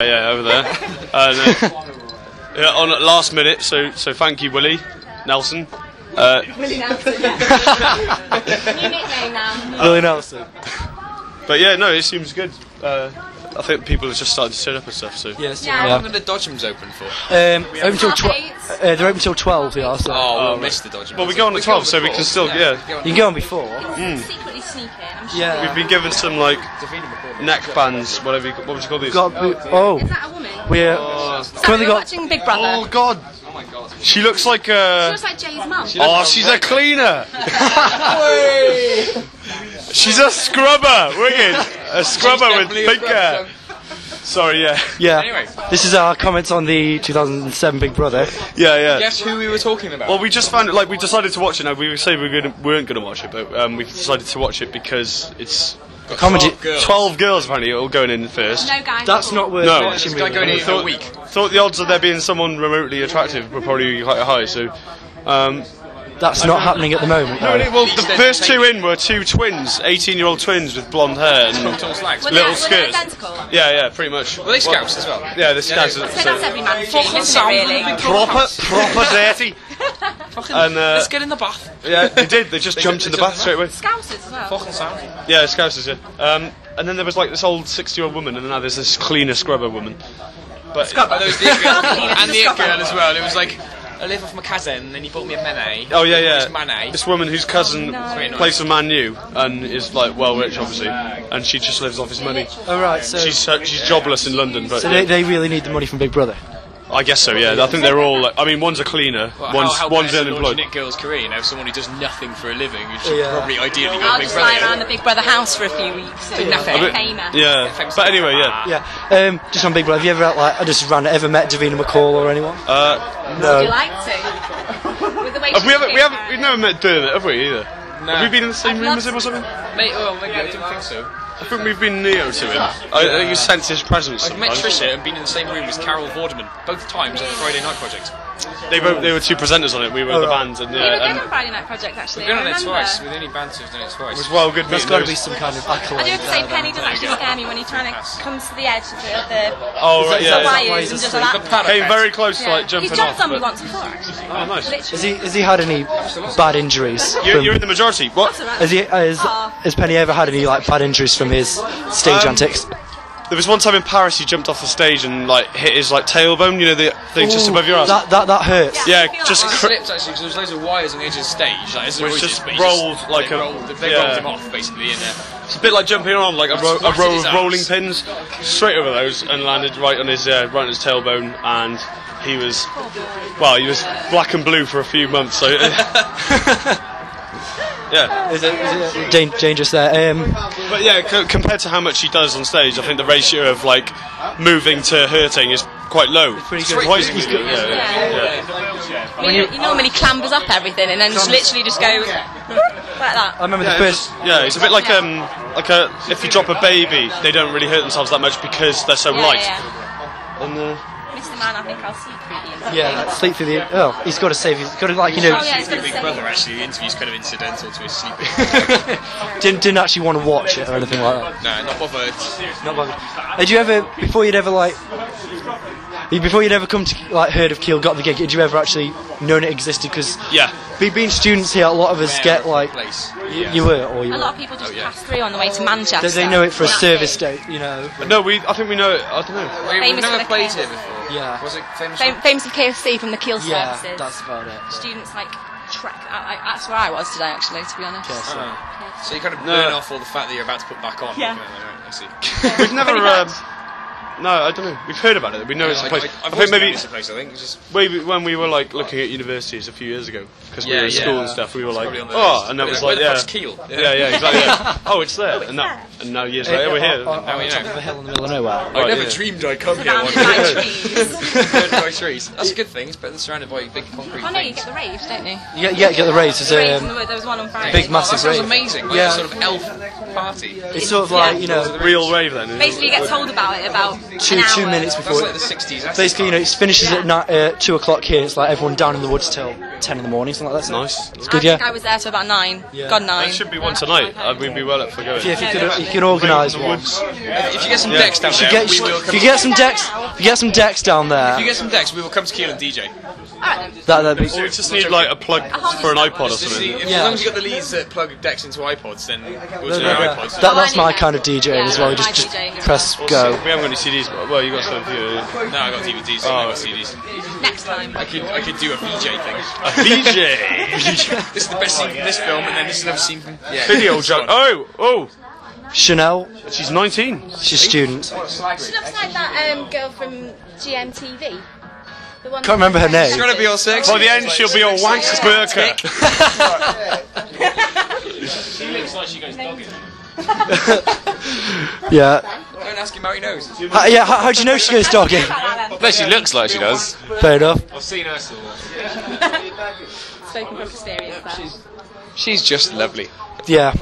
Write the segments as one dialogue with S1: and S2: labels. S1: yeah, over there. And, uh, yeah, on at last minute, so so thank you, Willie Nelson. Uh,
S2: Willie Nelson, yeah. New nickname now.
S3: Willie Nelson.
S1: but yeah, no, it seems good. Uh, I think people have just started to turn up and stuff. So
S3: Yes.
S2: Yeah.
S4: How long are the Dodgems open for?
S3: Um, open till tw-
S2: Half
S3: uh, they're open till twelve. Yeah. So.
S4: Oh, we'll miss the Dodgems.
S1: Well, we go on the 12, so we can still- yeah.
S3: You can go on before.
S2: Secretly sneaking, I'm sure.
S3: Yeah.
S1: we've been given some like neck bands, whatever. You, what would you call these?
S3: Got we- oh,
S2: Is that a woman?
S3: we're
S2: Sorry,
S3: currently
S2: we're
S3: got.
S2: watching Big Brother.
S1: Oh God,
S4: Oh my god.
S1: she looks like
S2: She
S1: a.
S2: looks like Jay's mum.
S1: Oh, she's a cleaner. she's a scrubber, wicked. A scrubber with
S4: definitely a
S1: big hair.
S4: scrub,
S1: Sorry, yeah,
S3: Yeah.
S4: Anyway,
S3: This is our comments on the 2007 Big Brother.
S1: yeah, yeah.
S4: guess who we were talking about?
S1: Well, we just found it. Like we decided to watch it. Now we were saying we were gonna, weren't going to watch it, but um, we decided to watch it because it's
S3: Comedy.
S4: 12 girls.
S1: twelve girls apparently all going in first.
S2: No guy.
S3: That's not worth
S1: No.
S3: watching.
S4: This guy going in
S3: really.
S4: for a week.
S1: Thought the odds of there being someone remotely attractive were probably quite high. So, um,
S3: That's not happening at the moment.
S1: no,
S3: No.
S1: well, the first two in were two twins, eighteen-year-old twins with blonde hair and
S4: Tall slags.
S2: Were they,
S1: little
S2: were they
S1: skirts.
S2: identical?
S1: yeah, yeah, pretty much.
S4: Were they scouts as well?
S1: Yeah, the scouts.
S4: they-
S2: So that's
S1: so-
S2: every man's dream, isn't it,
S4: sound
S2: really?
S1: proper, proper dirty. And uh,
S4: Let's get in the bath.
S1: yeah, they did. They just jumped in the bath straight away.
S2: Scousers as well.
S4: Fucking sound.
S1: Yeah, Scousers, yeah. Um, and then there was like this old 60 year old woman, and then now there's this cleaner scrubber woman. But
S4: And those the it girl and the it girl as well. It was like I live off my cousin, and then he bought me a mene.
S1: Oh, yeah, yeah.
S4: It's Manet.
S1: This woman whose cousin
S4: no.
S1: plays for Man U and is like well rich, obviously, and she just lives off his money.
S3: All right. So,
S1: She's, uh, she's jobless in London, but
S3: so they, they really need the money from Big Brother.
S1: I guess so, yeah. I think they're all like, I mean, one's a cleaner,
S4: Well,
S1: one's,
S4: how, how
S1: one's
S4: better to launch
S1: unemployed.
S4: a Nick Girl's career, you know, someone who does nothing for a living, who should
S3: Yeah.
S4: probably ideally go
S2: I'll
S4: Big
S2: just lie around
S4: Brother.
S2: the Big Brother house for a few weeks. Do nothing.
S1: But-
S2: Famer.
S1: yeah, but anyway, yeah.
S3: Yeah. Um, just on Big Brother. Have you ever like I just ran ever met Davina McCall or anyone?
S1: Uh,
S2: Would you
S3: no.
S2: like to? With the way
S1: have we
S2: she's
S1: ever, we
S2: been,
S1: haven't, we've never met Dermot, have we either? Have we been in the same room as him or something?
S4: Mate, well, maybe I didn't think so.
S1: I think we've been neo to him. I, I think you sense his presence.
S4: I've met
S1: sometimes.
S4: Trisha and been in the same room as Carol Vorderman both times at the Friday Night Project.
S1: They were, they were two presenters on it. We were the
S3: Alright.
S1: bands, and
S2: We were good
S1: yeah, and
S2: on Friday Night Project actually.
S4: We've done
S2: I
S4: it
S2: remember.
S4: twice. We've only banter we've done it twice.
S1: it was well good.
S3: That's
S1: meeting
S3: got to
S1: those.
S3: be some kind of
S2: I
S3: accolade.
S2: do have to say,
S3: there,
S2: Penny
S3: then.
S2: does actually scare me when he trying to come to the edge of the other
S1: Oh right, yeah.
S3: that
S1: yeah.
S3: why he's
S2: wires and just
S3: asleep?
S2: like that.
S1: Came very close to like
S2: Yeah.
S1: jumping
S2: He's jumped
S1: off.
S2: on me
S1: but-
S2: once before, actually.
S1: oh nice.
S3: Has
S2: Literally.
S3: he has he had any bad injuries?
S1: You're,
S3: from-
S1: you're in the majority. What?
S3: Has he uh, has,
S2: Aw.
S3: has Penny ever had any like bad injuries from his stage
S1: Um,
S3: antics?
S1: There was one time in Paris, he jumped off the stage and like hit his like tailbone. You know the thing just
S3: Ooh,
S1: above your ass.
S3: That that that hurts.
S1: yeah,
S2: I feel
S1: just
S4: He
S2: like-
S1: cr-
S4: slipped actually because there was loads of wires on the edge of the stage. Like, as there
S1: Which
S4: always
S1: just
S4: is, but he just-
S1: rolled like
S4: they
S1: a-
S4: rolled, they
S1: yeah.
S4: rolled him off basically. And uh,
S1: it's a bit like jumping on like a, ro- a
S4: Squashed
S1: row
S4: his
S1: of
S4: ass.
S1: rolling pins, straight over those, and landed right on his uh, right on his tailbone, and he was well, he was black and blue for a few months. So yeah.
S3: Is it, is it Dan- dangerous there? Um,
S1: But yeah, c- compared to how much she does on stage, I think the ratio of like moving to hurting is quite low. It's
S3: pretty good.
S1: Twice as good. Yeah, yeah, yeah.
S2: I mean, he normally clambers up everything and then just literally just goes like
S3: I
S2: that.
S3: remember
S1: Yeah,
S3: the first.
S1: it's, yeah, it's a bit like um, like a if you drop a baby, they don't really hurt themselves that much because they're so
S2: Yeah,
S1: light.
S2: yeah.
S1: And, uh,
S2: Mr. Man, I think I'll sleep with you.
S3: Yeah, like, sleep through the. Oh, he's got to save. He's got to like you know.
S2: Oh, yeah, he's got to
S4: Big
S2: say.
S4: Brother actually, the interview's kind of incidental to his sleeping.
S3: Didn't didn't actually want to watch it or anything like that.
S4: no, not bothered.
S3: Not bothered. Had you ever before you'd ever like you- before you'd ever come to like heard of Keel got the gig? Had you ever actually known it existed? Because
S1: yeah,
S3: being students here, a lot of us get like
S4: place.
S3: you, you were or you
S2: A
S3: were.
S2: lot of people just
S4: Oh, yeah.
S2: pass through on the way to Manchester.
S3: They, they know it for a
S2: That
S3: service
S2: big.
S3: day, you know.
S1: But no, we I think we know. it. I don't know.
S4: Wait, we've
S2: Famous for
S4: never
S2: the
S4: played
S2: chaos.
S4: here before.
S3: Yeah.
S4: Was it famous?
S2: Fam- Famous for KFC from the Keel
S3: Yeah,
S2: services.
S3: that's about it.
S2: Students like trek. I, I, that's where I was today, actually, to be honest.
S3: Yes.
S4: so you kind of burn off all the fat that you're about to put back on.
S2: Yeah.
S4: Okay, alright, I see.
S1: We've never.
S2: Pretty
S1: Um,
S2: much.
S1: no, I don't know. We've heard about it. We know it's a place. I,
S4: I've
S1: think
S4: always known
S1: maybe
S4: it's a place. I think it's just
S1: maybe when we were like looking at universities a few years ago because we
S4: Yeah,
S1: were in
S4: yeah.
S1: school and stuff, we were like,
S4: probably on the
S1: oh,
S4: list.
S1: and that was
S4: Where
S1: like,
S4: the
S1: yeah,
S4: fuck's Kiel?
S1: yeah, yeah, exactly. yeah. Oh, it's there, and now and now years later we're here.
S3: On,
S4: we
S3: on Oh, top
S4: know.
S3: of a hill in the middle of nowhere.
S4: I
S1: Right,
S4: never
S1: Oh, yeah.
S4: dreamed I'd come here one
S2: Surrounded
S4: day.
S2: by trees.
S4: Surrounded by trees. That's a good thing. It's better than surrounded by big concrete
S2: Oh no, you
S4: things.
S2: get the raves, don't you?
S3: Yeah, yeah, get the raise. It's,
S2: The raves in the
S3: um,
S2: wood. There was one on Friday.
S3: big
S4: Oh, that
S3: massive
S4: sounds
S3: rave.
S4: amazing. Like
S3: Yeah.
S4: a sort of elf party.
S3: it's sort of like you know.
S1: Real rave then.
S2: Basically, you get told about it about
S3: two
S2: An
S3: two
S2: hour.
S3: minutes
S4: That's
S3: before.
S4: like the
S3: it-
S4: 60s. That's
S3: Basically, you know, it finishes at ni- uh, two o'clock here. It's like everyone down in the woods till ten in the morning, something like that. so
S1: Nice.
S3: It's good,
S2: I think I
S3: yeah.
S2: was there till about nine.
S3: Yeah.
S2: God, nine.
S1: There should be one tonight. Uh, we'd be well up for going.
S3: Yeah, if you could, you could organise one.
S4: if, if you get some decks down there,
S3: Get-
S4: we will
S3: if
S4: come.
S3: you get some decks, if you get some decks down there,
S4: if you get some decks, we will come to Keel and DJ.
S2: Alright then.
S3: that that'd be.
S1: Or we just need like a plug for an iPod or
S4: Just see,
S1: something.
S4: if,
S3: Yeah.
S4: As long as you got the leads that plug decks into iPods, then we'll
S3: that-
S4: do
S3: that-
S4: our
S3: that-
S4: iPods.
S3: that- that's
S2: Yeah, my
S3: my kind of DJing as well. You just, just
S2: DJing as
S3: press
S1: Or
S3: go.
S1: si- We haven't got any CDs. but- Well, you got some for you.
S4: no, I got DVDs. so I got CDs.
S2: Next time.
S4: I could I could do a VJ thing.
S1: DJ.
S4: This is the best scene from this film, and then this is another scene from yeah.
S1: Video joke. Oh, oh.
S3: Chanel,
S1: She's 19.
S3: she's a student.
S5: She looks like that um, girl from GMTV. The one
S3: Can't remember her name.
S4: Gotta be all sexy.
S1: By the end,
S4: It's
S1: she'll be all wanks burka.
S3: Yeah.
S6: Oh.
S4: Don't ask him how he knows.
S3: How, yeah. How, how do you know she goes dogging?
S6: But she looks like she does.
S3: Fair enough.
S4: I've seen her. so-
S2: Spoken from experience there.
S6: She's just lovely.
S3: Yeah.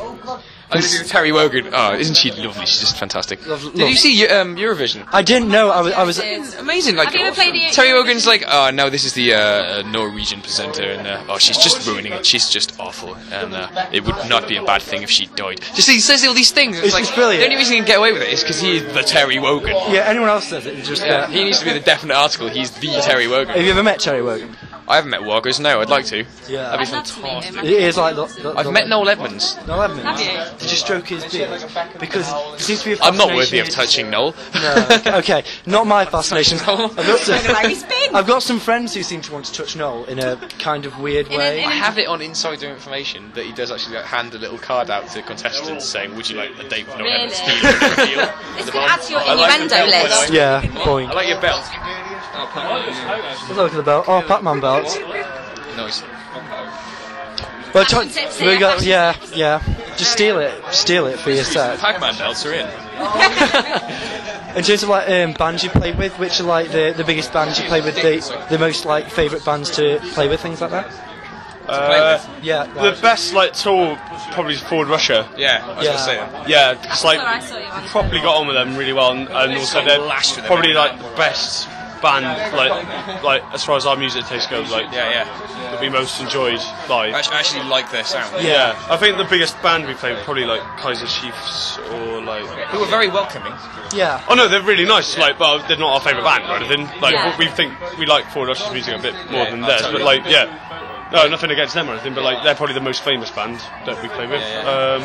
S6: I'm gonna do Terry Wogan. Oh, isn't she lovely? She's just fantastic. Did
S3: lovely.
S6: you see um, Eurovision?
S3: I didn't know. I was. I was
S2: Cheers.
S6: Amazing. Like
S2: Have you ever played E the-
S6: Terry Wogan's like, oh no, this is the uh, Norwegian presenter, and uh, oh, she's just ruining it. She's just awful, and uh, it would not be a bad thing if she died. Just he says all these things. and It's,
S3: It's
S6: like
S3: just brilliant.
S6: the only reason he can get away with it is because he's the Terry Wogan.
S3: yeah. Anyone else says it? you Just.
S6: Yeah,
S3: Uh,
S6: he needs to be the definite article. He's the Terry Wogan.
S3: have you ever met Cherry Wogan?
S6: I haven't met Woggers. No, I'd like to.
S3: Yeah.
S6: That'd
S2: I'd
S6: be
S2: love to meet him.
S6: fantastic.
S3: It is like. The, the,
S6: I've
S3: the-
S6: met Noel Edmonds.
S3: Noel Edmonds.
S2: Have you?
S3: Did you stroke his beard? Because it seems to be a
S6: I'm not
S3: fascination
S6: worthy of
S3: with-
S6: touching Noel.
S3: No, okay, not my fascination. I've got, some,
S2: He's been.
S3: I've got some friends who seem to want to touch Noel in a kind of weird
S2: an-
S3: way.
S6: I have it on insider information that he does actually like, hand a little card out to contestants saying, "Would you like a date with Noel
S2: Really?
S6: Edmonds?" I
S2: It's going to add to your
S6: I like the
S2: innuendo
S6: belt, by the
S2: list.
S3: yeah, point.
S6: like your belt.
S3: Let's look at the belt. Oh, Pac-Man belt.
S6: Nice.
S3: Well, try-
S2: Fashion tips,
S3: we
S2: yeah,
S3: got,
S2: fashion
S3: yeah, yeah. Just steal it. Steal it for yourself.
S6: Pac-Man belts are in.
S3: In terms of like um, bands you play with, which are like the, the biggest bands you play with, the, the most like favourite bands to play with, things like that.
S1: Uh,
S3: Yeah.
S1: the best like tour probably is Ford Russia.
S4: Yeah, I was
S3: Yeah.
S4: gonna say that.
S1: Yeah, it's
S2: That's where I
S1: like
S2: saw you on.
S1: properly got on with them really well, and, and also they're
S4: Lashed with them
S1: probably
S4: every
S1: like the best band like like as far as our music taste goes. Like
S4: Yeah, yeah.
S1: that we most enjoyed
S4: I
S1: live.
S4: actually, I actually like their sound.
S1: Yeah, I think the biggest band we played were probably like Kaiser Chiefs or like.
S4: They were very welcoming.
S3: Yeah.
S1: Oh no, they're really nice. Like, but they're not our favourite band or anything. Like,
S2: Yeah.
S1: we think we like Four Rush's music a bit more than theirs. But like, yeah, no, nothing against them or anything. But like, they're probably the most famous band that we play with. Um,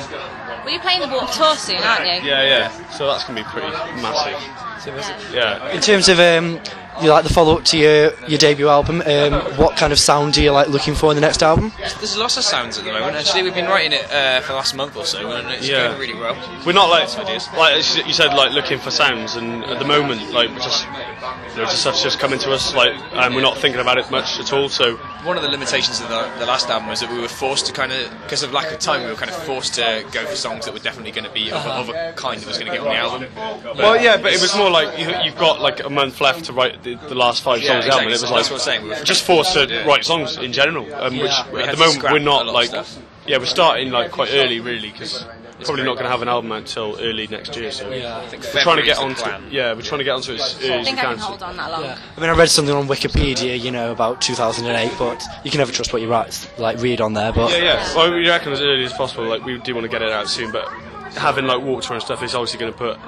S2: Well, you're playing the Warped Tour soon, aren't you?
S1: yeah, yeah. So that's gonna be pretty massive. Yeah.
S3: In terms of um, you like the follow up to your your debut album, um, what kind of sound do you like looking for in the next album?
S4: There's lots of sounds at the moment. Actually, we've been writing it uh, for the last month or so, and it's
S1: Yeah.
S4: going really well.
S1: We're not like like as you said like looking for sounds, and at the moment like we're just you know, just stuff's just coming to us like, and we're not thinking about it much at all. So
S4: One of the limitations of the, the last album was that we were forced to kind of, because of lack of time, we were kind of forced to go for songs that were definitely going to be of,
S1: Uh-huh.
S4: a- of a kind that was going to get on the album.
S1: Well, yeah, but it was more like you, you've got like a month left to write the, the last five
S4: Yeah,
S1: songs out, and it
S4: exactly.
S1: was
S4: That's
S1: like
S4: what I'm saying. We were
S1: just forced to write songs in general, um, which
S4: We
S1: at
S4: had
S1: the
S4: to
S1: moment
S4: scrap
S1: we're
S4: a
S1: not
S4: lot of
S1: like
S4: stuff.
S1: yeah, we're starting like quite early really because probably not going to have an album out until early next year. So
S4: I think
S1: we're trying to
S4: February's
S1: get
S4: the
S1: onto
S4: plan.
S1: yeah, we're trying to get onto it as early
S2: I
S1: as we
S2: think I
S1: can.
S2: can
S1: So,
S2: hold on that long.
S3: I mean, I read something on Wikipedia, you know, about 2008, but you can never trust what you write, like read on there. But
S1: yeah, yeah. Well, we reckon as early as possible. Like we do want to get it out soon, but having like water and stuff is obviously going to put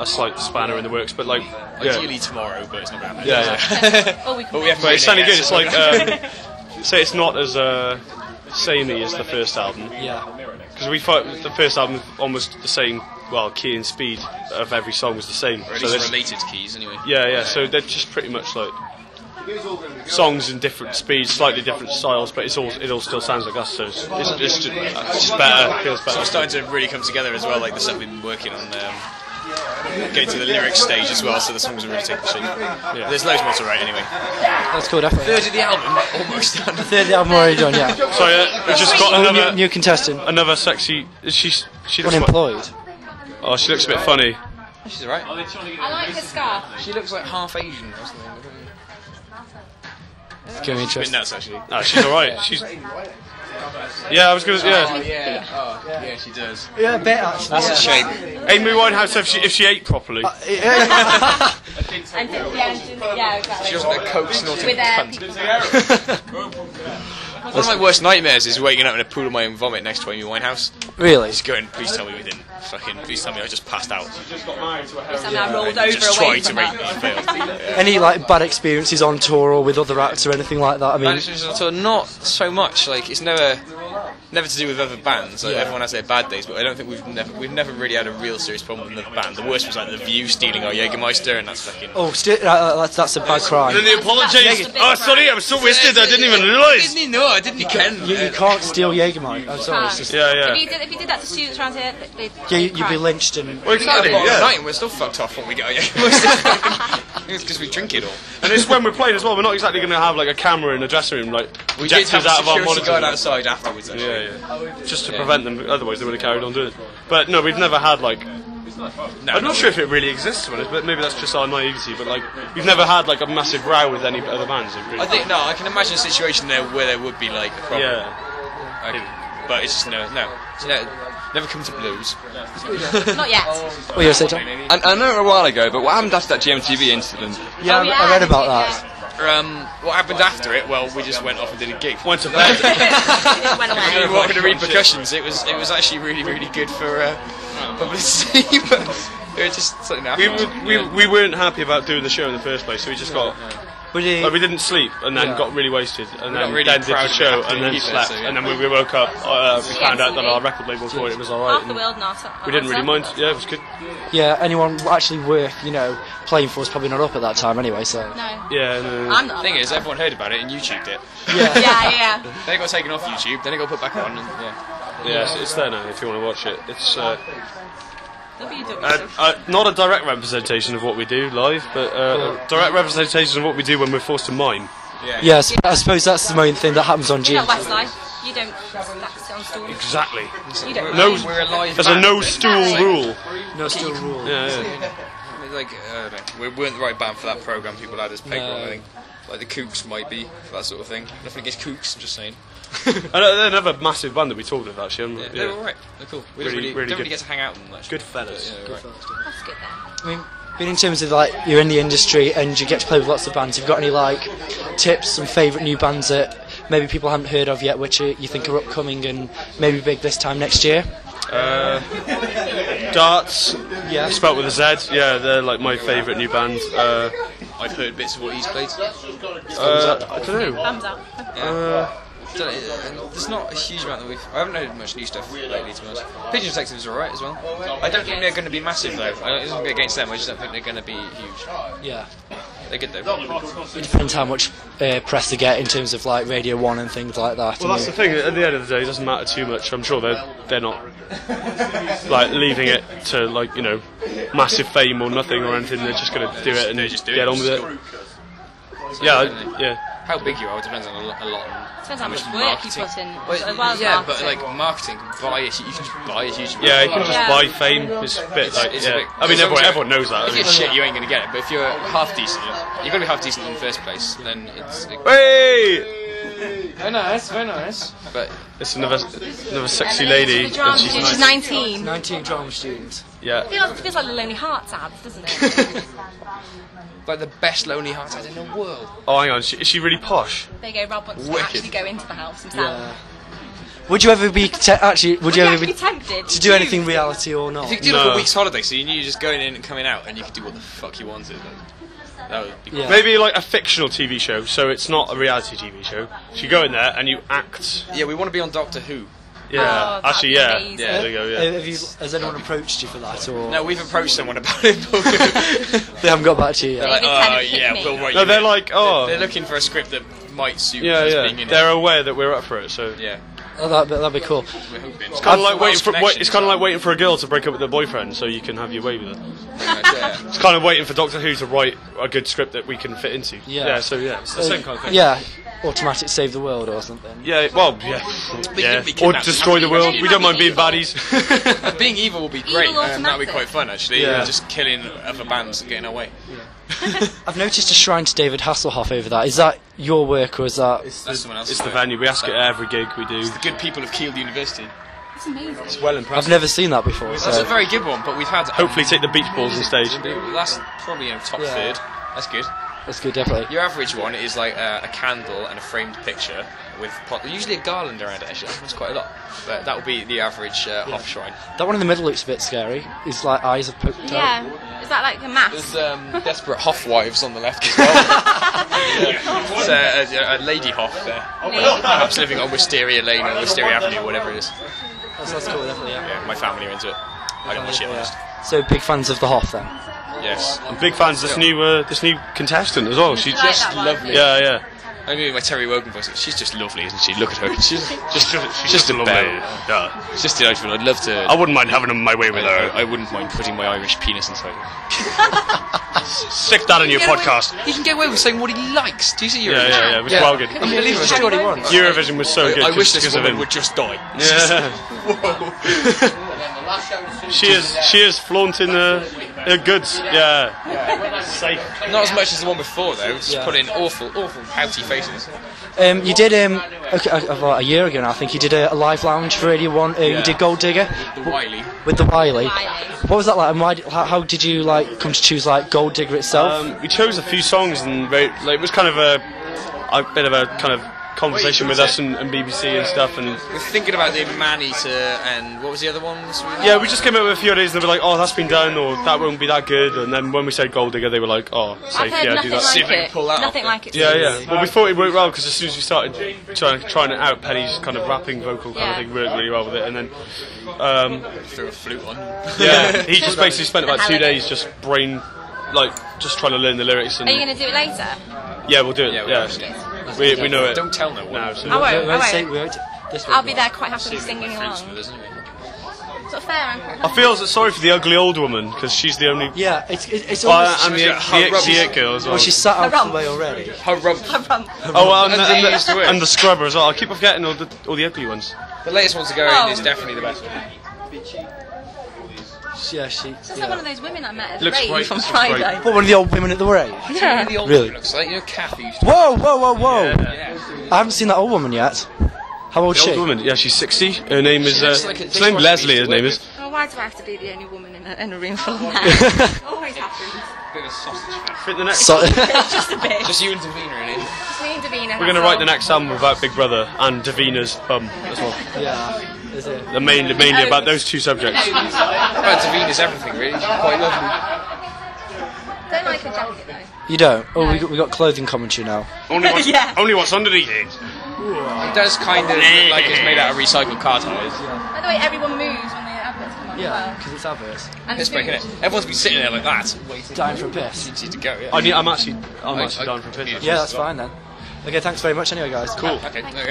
S1: a slight spanner in the works. But like yeah,
S4: Ideally tomorrow, but it's not going to happen.
S1: yeah. yeah.
S2: Oh, we
S4: But we have
S1: But it's
S4: to
S1: sounding good. It's like um, say it's not as uh, samey as the first album
S3: yeah,
S1: because we thought the first album was almost the same. Well, key and speed of every song was the same.
S4: Or at
S1: So
S4: least
S1: there's-
S4: related keys, anyway.
S1: yeah, yeah. So they're just pretty much like songs in different speeds, slightly different styles, but it's all it all still sounds like us. So it's, it's, it's, just, uh, it's just better. Feels
S4: So
S1: better.
S4: it's starting to really come together as well, like the stuff we've been working on. Um, getting to the lyrics stage as well, so the songs are really taking shape. There's loads more to write anyway.
S3: that's cool, definitely.
S4: Third of the album, almost done.
S3: Third album already done, yeah.
S1: Sorry, uh, we just got
S3: Oh, new,
S1: another
S3: new contestant,
S1: another sexy. She's she looks like,
S3: unemployed.
S1: oh she looks a bit funny.
S4: She's right.
S2: I like the scarf.
S4: She looks like half Asian or something.
S3: Going interesting.
S4: Nuts, actually.
S1: Ah, she's alright. She's. Yeah, I was gonna. Yeah.
S4: Yeah, oh, yeah, she does.
S3: Yeah, a bit actually.
S7: That's a shame.
S1: Amy Winehouse, if she, if she ate properly.
S4: Uh,
S2: And yeah, yeah, exactly.
S4: She wasn't a coke snorting
S2: With uh,
S4: cunt.
S2: people.
S4: One of my worst nightmares is waking up in a pool of my own vomit next to Amy Winehouse.
S3: Really?
S4: Just going, please tell me we didn't. Fucking, please tell me I just passed out.
S2: somehow rolled over
S4: just
S2: away
S4: trying to
S2: from
S4: make
S2: her.
S4: me feel.
S3: Any like bad experiences on tour or with other acts or anything like that? I mean,
S4: So not so much. Like it's never, never to do with other bands. Like everyone has their bad days, but I don't think we've never, we've never really had a real serious problem with another band. The worst was like the View stealing our Jägermeister, and that's fucking.
S3: oh, sti- uh, that's that's a bad crime.
S1: Then he apologised.
S2: That's the
S1: Oh,
S2: big
S1: sorry, I'm so wasted. I didn't even realise.
S4: Didn't he know? I didn't. He can.
S3: You, you can't steal Jägermeister. I'm sorry. it's just-
S1: Yeah, yeah.
S2: Um, If you, did, if you did that to students around here, they'd
S3: yeah, you- you'd be lynched and
S1: Well, exactly. Yeah.
S4: night and we're still fucked off when we get our Jägermeister. it's because we drink it all.
S1: And it's when we're playing as well. We're not exactly going to have like a camera in the dressing room, like
S4: We did
S1: projectors
S4: have
S1: out of our
S4: security guard
S1: monitors.
S4: outside Oh, afterwards. Actually.
S1: Yeah, yeah. Just to prevent them. Otherwise, they would have carried on doing it. But no, we've never had like.
S4: No,
S1: I'm not sure if it really exists, to be honest, but maybe that's just our naivety. But like, we've never had like a massive row with any other bands. have we?
S4: I think no. I can imagine a situation there where there would be like a problem.
S1: Yeah.
S4: I- but it's just no, no, It's no. Never come to blues.
S2: be, not yet. Oh,
S3: what you say, Tom?
S7: I, I know a while ago, but what happened after that GMTV incident?
S2: Oh,
S3: Yeah, I, I read
S2: yeah,
S3: about
S2: yeah.
S3: that.
S4: Um, what happened after it? Well, we just went off and did a gig.
S1: Went to bed.
S2: It went away.
S4: We What were the repercussions? It was it was actually really really good for uh, publicity, but it was just something that
S1: we,
S4: happened.
S1: were, we, we weren't happy about doing the show in the first place, so we just got.
S3: But he-
S1: Like, we didn't sleep, and then got really wasted, and then,
S4: not really
S1: then did
S4: proud
S1: the
S4: of it
S1: show,
S4: after
S1: and then
S4: either,
S1: slept,
S4: so, yeah.
S1: and then when we woke up, uh, we found out that our record label thought it was alright.
S2: Half the
S1: and
S2: world not.
S1: We didn't really mind. Yeah, it was good.
S3: yeah, anyone actually worth you know playing for is probably not up at that time anyway. So
S2: No,
S1: Yeah. uh, No, no.
S2: I'm not.
S4: The thing is, everyone heard about it and YouTubed it.
S2: yeah, yeah, yeah.
S4: Then it got taken off YouTube. Then it got put back on. And, yeah.
S1: Yeah, it's, it's there now if you want to watch it. It's uh, uh,
S2: WW.
S1: uh, not a direct representation of what we do live, but uh, a direct representation of what we do when we're forced to mime.
S3: yes, I suppose that's the main thing that happens on
S2: You're not
S3: GMTV.
S2: Westlife. You don't sit on stools.
S1: Exactly.
S2: You don't.
S1: No,
S4: We're alive.
S1: there's a no stool rule.
S3: No, still rule.
S1: Yeah, yeah.
S4: Like uh, I don't know, we weren't the right band for that program. People had us pegged wrong. I think. Like the Kooks might be for that sort of thing. Nothing against Kooks. I'm just saying.
S1: And, uh, they're another massive band that we toured with actually.
S4: Yeah,
S1: haven't we?
S4: They're
S1: Yeah.
S4: alright. They're cool.
S1: Really-
S4: We don't really,
S1: really good.
S4: don't really get to hang out with them much.
S1: Good fellas.
S4: Yeah, right.
S2: That's good then.
S3: I mean, but in terms of like you're in the industry and you get to play with lots of bands, you've got any like tips and favourite new bands that maybe people haven't heard of yet, which you, you think are upcoming and maybe big this time next year?
S1: Darts,
S3: Yeah.
S1: spelt with a Z. Yeah, they're like my favourite new band. Uh,
S4: I've heard bits of what he's played.
S1: uh, I don't know.
S2: Thumbs up.
S4: Don't know, uh, There's not a huge amount that we've. I haven't heard much new stuff lately, to be honest. Pigeon Detectives are alright as well. I don't think they're going to be massive though. I don't, it's not against them. I just don't think they're going to be huge.
S3: Yeah.
S4: They're good though.
S3: It depends how much uh, press they get in terms of like Radio One and things like that.
S1: Well, that's the thing. At the end of the day, it doesn't matter too much. I'm sure they're they're not like leaving it to like you know massive fame or nothing or anything. They're just gonna do it and
S4: They just do it.
S1: get on with
S4: Just
S1: it. Yeah, I- yeah.
S4: How big you are depends on a lot. A lot on
S2: Depends
S4: how
S2: how
S4: much
S2: much work you
S4: marketing.
S2: put in,
S4: Well,
S2: as well as
S4: yeah, but
S2: marketing.
S4: like marketing, can buy it. You can just buy a huge amount.
S1: Yeah, you can just
S2: Yeah.
S1: buy fame. It's a bit like
S4: it's a
S1: yeah.
S4: bit-
S1: I mean,
S4: it's
S1: everyone,
S4: also-
S1: everyone knows that. I
S4: If you're
S1: mean.
S4: shit, you ain't gonna get it. But if you're half decent, you've got to be half decent in the first place. Then it's.
S1: Hey,
S4: Very nice, very nice. But
S1: it's another another sexy lady.
S2: She's, a drama
S1: and she's
S2: student, she's 19. It
S3: 19 drama students.
S1: yeah.
S2: feels, feels like the Lonely Hearts ad, doesn't it?
S4: like the best lonely heart ad in the world.
S1: Oh, hang on. Is she, is she really posh?
S2: there you go, Rob wants
S4: Wicked.
S2: to actually go into the house himself.
S3: Would you ever be te- actually? Would you
S2: Would you
S3: ever
S2: actually
S3: be
S2: be tempted?
S3: to do anything reality or not?
S4: You could do like
S1: No.
S4: a week's holiday, so you knew you were just going in and coming out, and you could do what the fuck you wanted. Like, that would be cool.
S3: Yeah.
S1: Maybe like a fictional TV show, so it's not a reality TV show. So you go in there and you act.
S4: Yeah, we want to be on Doctor Who.
S2: Oh,
S1: Yeah,
S2: that'd
S1: actually,
S2: be
S1: yeah.
S2: amazing.
S1: yeah. There you go.
S3: Uh,
S1: Yeah.
S3: Have you, has anyone approached you for that, or
S4: No, we've approached someone about it. But we're
S3: they haven't got back to you yet?
S4: like,
S2: They
S4: oh
S2: kinda pick
S4: yeah,
S2: me."
S4: we'll write.
S1: No,
S4: you
S1: they're
S4: in."
S1: like, oh,
S4: they're looking for a script that might suit
S1: yeah,
S4: us
S1: yeah.
S4: being in
S1: They're
S4: it.
S1: aware that we're up for it, so
S4: Yeah,
S3: Oh, that'd, be, that'd be cool.
S4: we're hoping.
S1: It's kind of like waiting for, wait, it's kind of like waiting for a girl to break up with her boyfriend, so you can have your way with her. It's kind of waiting for Doctor Who to write a good script that we can fit into.
S3: Yeah.
S1: Yeah. So yeah, it's the same kind of thing.
S3: Yeah, automatic save the world or something.
S1: Yeah. Well, yeah. yeah.
S4: be
S1: Or
S4: kidnapped.
S1: destroy the world.
S2: Yeah,
S1: We don't mind being
S2: you might be
S1: baddies.
S4: being evil will be great.
S2: Evil
S4: and that'd be
S2: automatic.
S4: quite fun actually.
S1: Yeah.
S4: Just killing other bands and getting away.
S3: I've noticed a shrine to David Hasselhoff over that. Is that your work or is that?
S5: That's someone else.
S1: It's the venue. We ask it at every gig we do.
S5: The good people of Kiel University.
S2: It's amazing.
S1: It's well impressive.
S3: I've never seen that before.
S5: That's
S3: So.
S5: a very good one, but we've
S4: um,
S5: had.
S1: Hopefully, take the beach balls on stage.
S5: That's probably you know, top
S3: Yeah.
S5: third. That's good.
S3: That's good, definitely.
S5: Your average one is like uh, a candle and a framed picture with pot- usually a garland around it. Actually, that's quite a lot. But that would be the average uh, Hof shrine.
S3: That one in the middle looks a bit scary. His like eyes are poked out.
S8: Yeah. Is that like a mask?
S5: There's
S1: uh,
S5: um, desperate Hoff wives on the left as well. yeah. It's, uh, a, a lady Hoff there, perhaps living on Wisteria Lane or Wisteria Avenue, whatever it is.
S3: That's, that's cool, definitely. Yeah.
S5: Yeah, my family are into it. I don't watch it. I'm just-
S3: So big fans of the Hoff then.
S5: Yes,
S1: I'm big fans of this new uh, this new contestant as well. She's
S8: Like
S1: just
S8: that one.
S5: lovely.
S1: yeah yeah.
S5: I'm doing my Terry Wogan voice. She's just lovely, isn't she?
S4: Look at her. She's just, she's just a
S1: lovely.
S4: belle.
S1: Yeah.
S4: It's just delightful. I'd love to.
S1: I wouldn't mind having my way with
S4: I,
S1: her.
S4: I wouldn't mind putting my Irish penis inside her.
S1: Stick that in your podcast.
S5: He can get away with saying what he likes. Do you see?
S1: Yeah, yeah, yeah. It was well good. Eurovision was so good.
S5: I
S1: just
S5: wish this
S1: because of
S5: woman
S1: him.
S5: would just die.
S1: Yeah. she is she is flaunting her, her goods. Yeah. Safe.
S5: Not as much as the one before, though. Just put in awful, awful, pouty faces.
S3: Um, you did um, okay, uh, about a year ago now. I think you did a, a live lounge for Radio One. Uh, You did Gold Digger
S5: The Wiley.
S3: with the Wiley.
S2: Wiley.
S3: What was that like? And why? Did, how, how did you like come to choose like Gold Digger itself?
S1: Um, we chose a few songs and wrote, like, it was kind of a, a bit of a kind of conversation with us and, and BBC and stuff and
S5: We're thinking about the man eater and what was the other one? this week?
S1: yeah we just came up with a few ideas and they were like oh that's been done or that won't be that good and then when we said Gold Digger they were like oh
S2: I've
S1: safe
S2: heard
S1: yeah do
S2: nothing
S1: that
S2: like
S5: can
S2: it.
S5: pull that
S2: Nothing
S5: off.
S2: like it.
S1: yeah yeah well we thought it worked well because as soon as we started trying trying it out Penny's kind of rapping vocal kind of
S2: Yeah.
S1: thing worked really well with it and then um,
S5: Threw a flute on.
S1: Yeah, he just basically spent about two
S2: Halloween.
S1: days just brain, like just trying to learn the lyrics and
S2: Are you going to do it later?
S1: yeah, we'll do it.
S5: Yeah,
S1: Yeah,
S5: we'll do
S1: we, we know it.
S5: Don't tell no one.
S1: No,
S2: I
S1: absolutely.
S2: won't.
S3: We
S2: I
S3: won't say-
S2: won't.
S3: we won't- this
S2: I'll
S3: won't
S2: be
S3: out.
S2: there quite happily singing along. Sort of fair and quite
S1: I feel sorry for the ugly old woman because she's the only.
S3: Yeah, it's it's, it's
S1: Oh,
S3: almost.
S1: and the, the, the, the it girl as well.
S3: well, she's sat out
S2: Haram.
S3: the way already.
S5: Her rump.
S1: oh, and,
S5: And
S1: the,
S5: they
S1: and,
S5: used to
S1: the,
S5: it.
S1: and the scrubber as well. I keep forgetting all the all the ugly ones.
S5: The latest one to go
S2: Oh.
S5: in is definitely the best. one.
S3: Yeah, she.
S2: She's like
S3: yeah.
S2: one of those women I met at the
S1: Looks
S2: rave
S1: great,
S2: on
S1: looks great.
S2: Friday.
S3: What, one of the old women at the parade?
S2: Yeah.
S5: The old
S3: Really?
S5: one looks like you know Kathy. Used to
S3: Whoa, whoa, whoa, whoa!
S5: yeah.
S3: I haven't seen that old woman yet. How old
S1: The
S3: is she?
S1: old woman. Yeah, she's sixty. Her name is.
S5: She
S1: Uh,
S5: looks like a-
S1: it's named Leslie. Her name is.
S2: Well, why do I have to be the only woman in a, in a room full of men? Always happens.
S5: Bit of a sausage. fan.
S1: Fit the next.
S3: So,
S2: Just a bit.
S5: Just you and Davina in it.
S2: Just me and Davina.
S1: We're gonna write the next album about Big Brother and Davina's bum as well.
S3: yeah, is it?
S1: They're Mainly,
S5: Oh,
S1: mainly about those two subjects.
S5: About Davina's everything really. She's quite lovely.
S8: Don't like a jacket though.
S3: You don't? Oh, we, got, we got clothing commentary now.
S1: Only what's,
S2: Yeah.
S1: only what's underneath it.
S5: It does kind of look like it's made out of recycled car tyres.
S8: By the way, everyone moves when the adverts come on.
S3: Yeah, because it's adverse.
S8: And
S5: Piss break,
S8: food.
S5: innit? Everyone's been sitting there like that, waiting
S3: Dying for a piss.
S5: for you to go. Yeah.
S1: I need, I'm actually, I'm
S5: I-
S1: actually
S5: I-
S1: down for a piss.
S3: Yeah, that's fine then. Okay, thanks very much anyway, guys.
S5: Okay. there we go.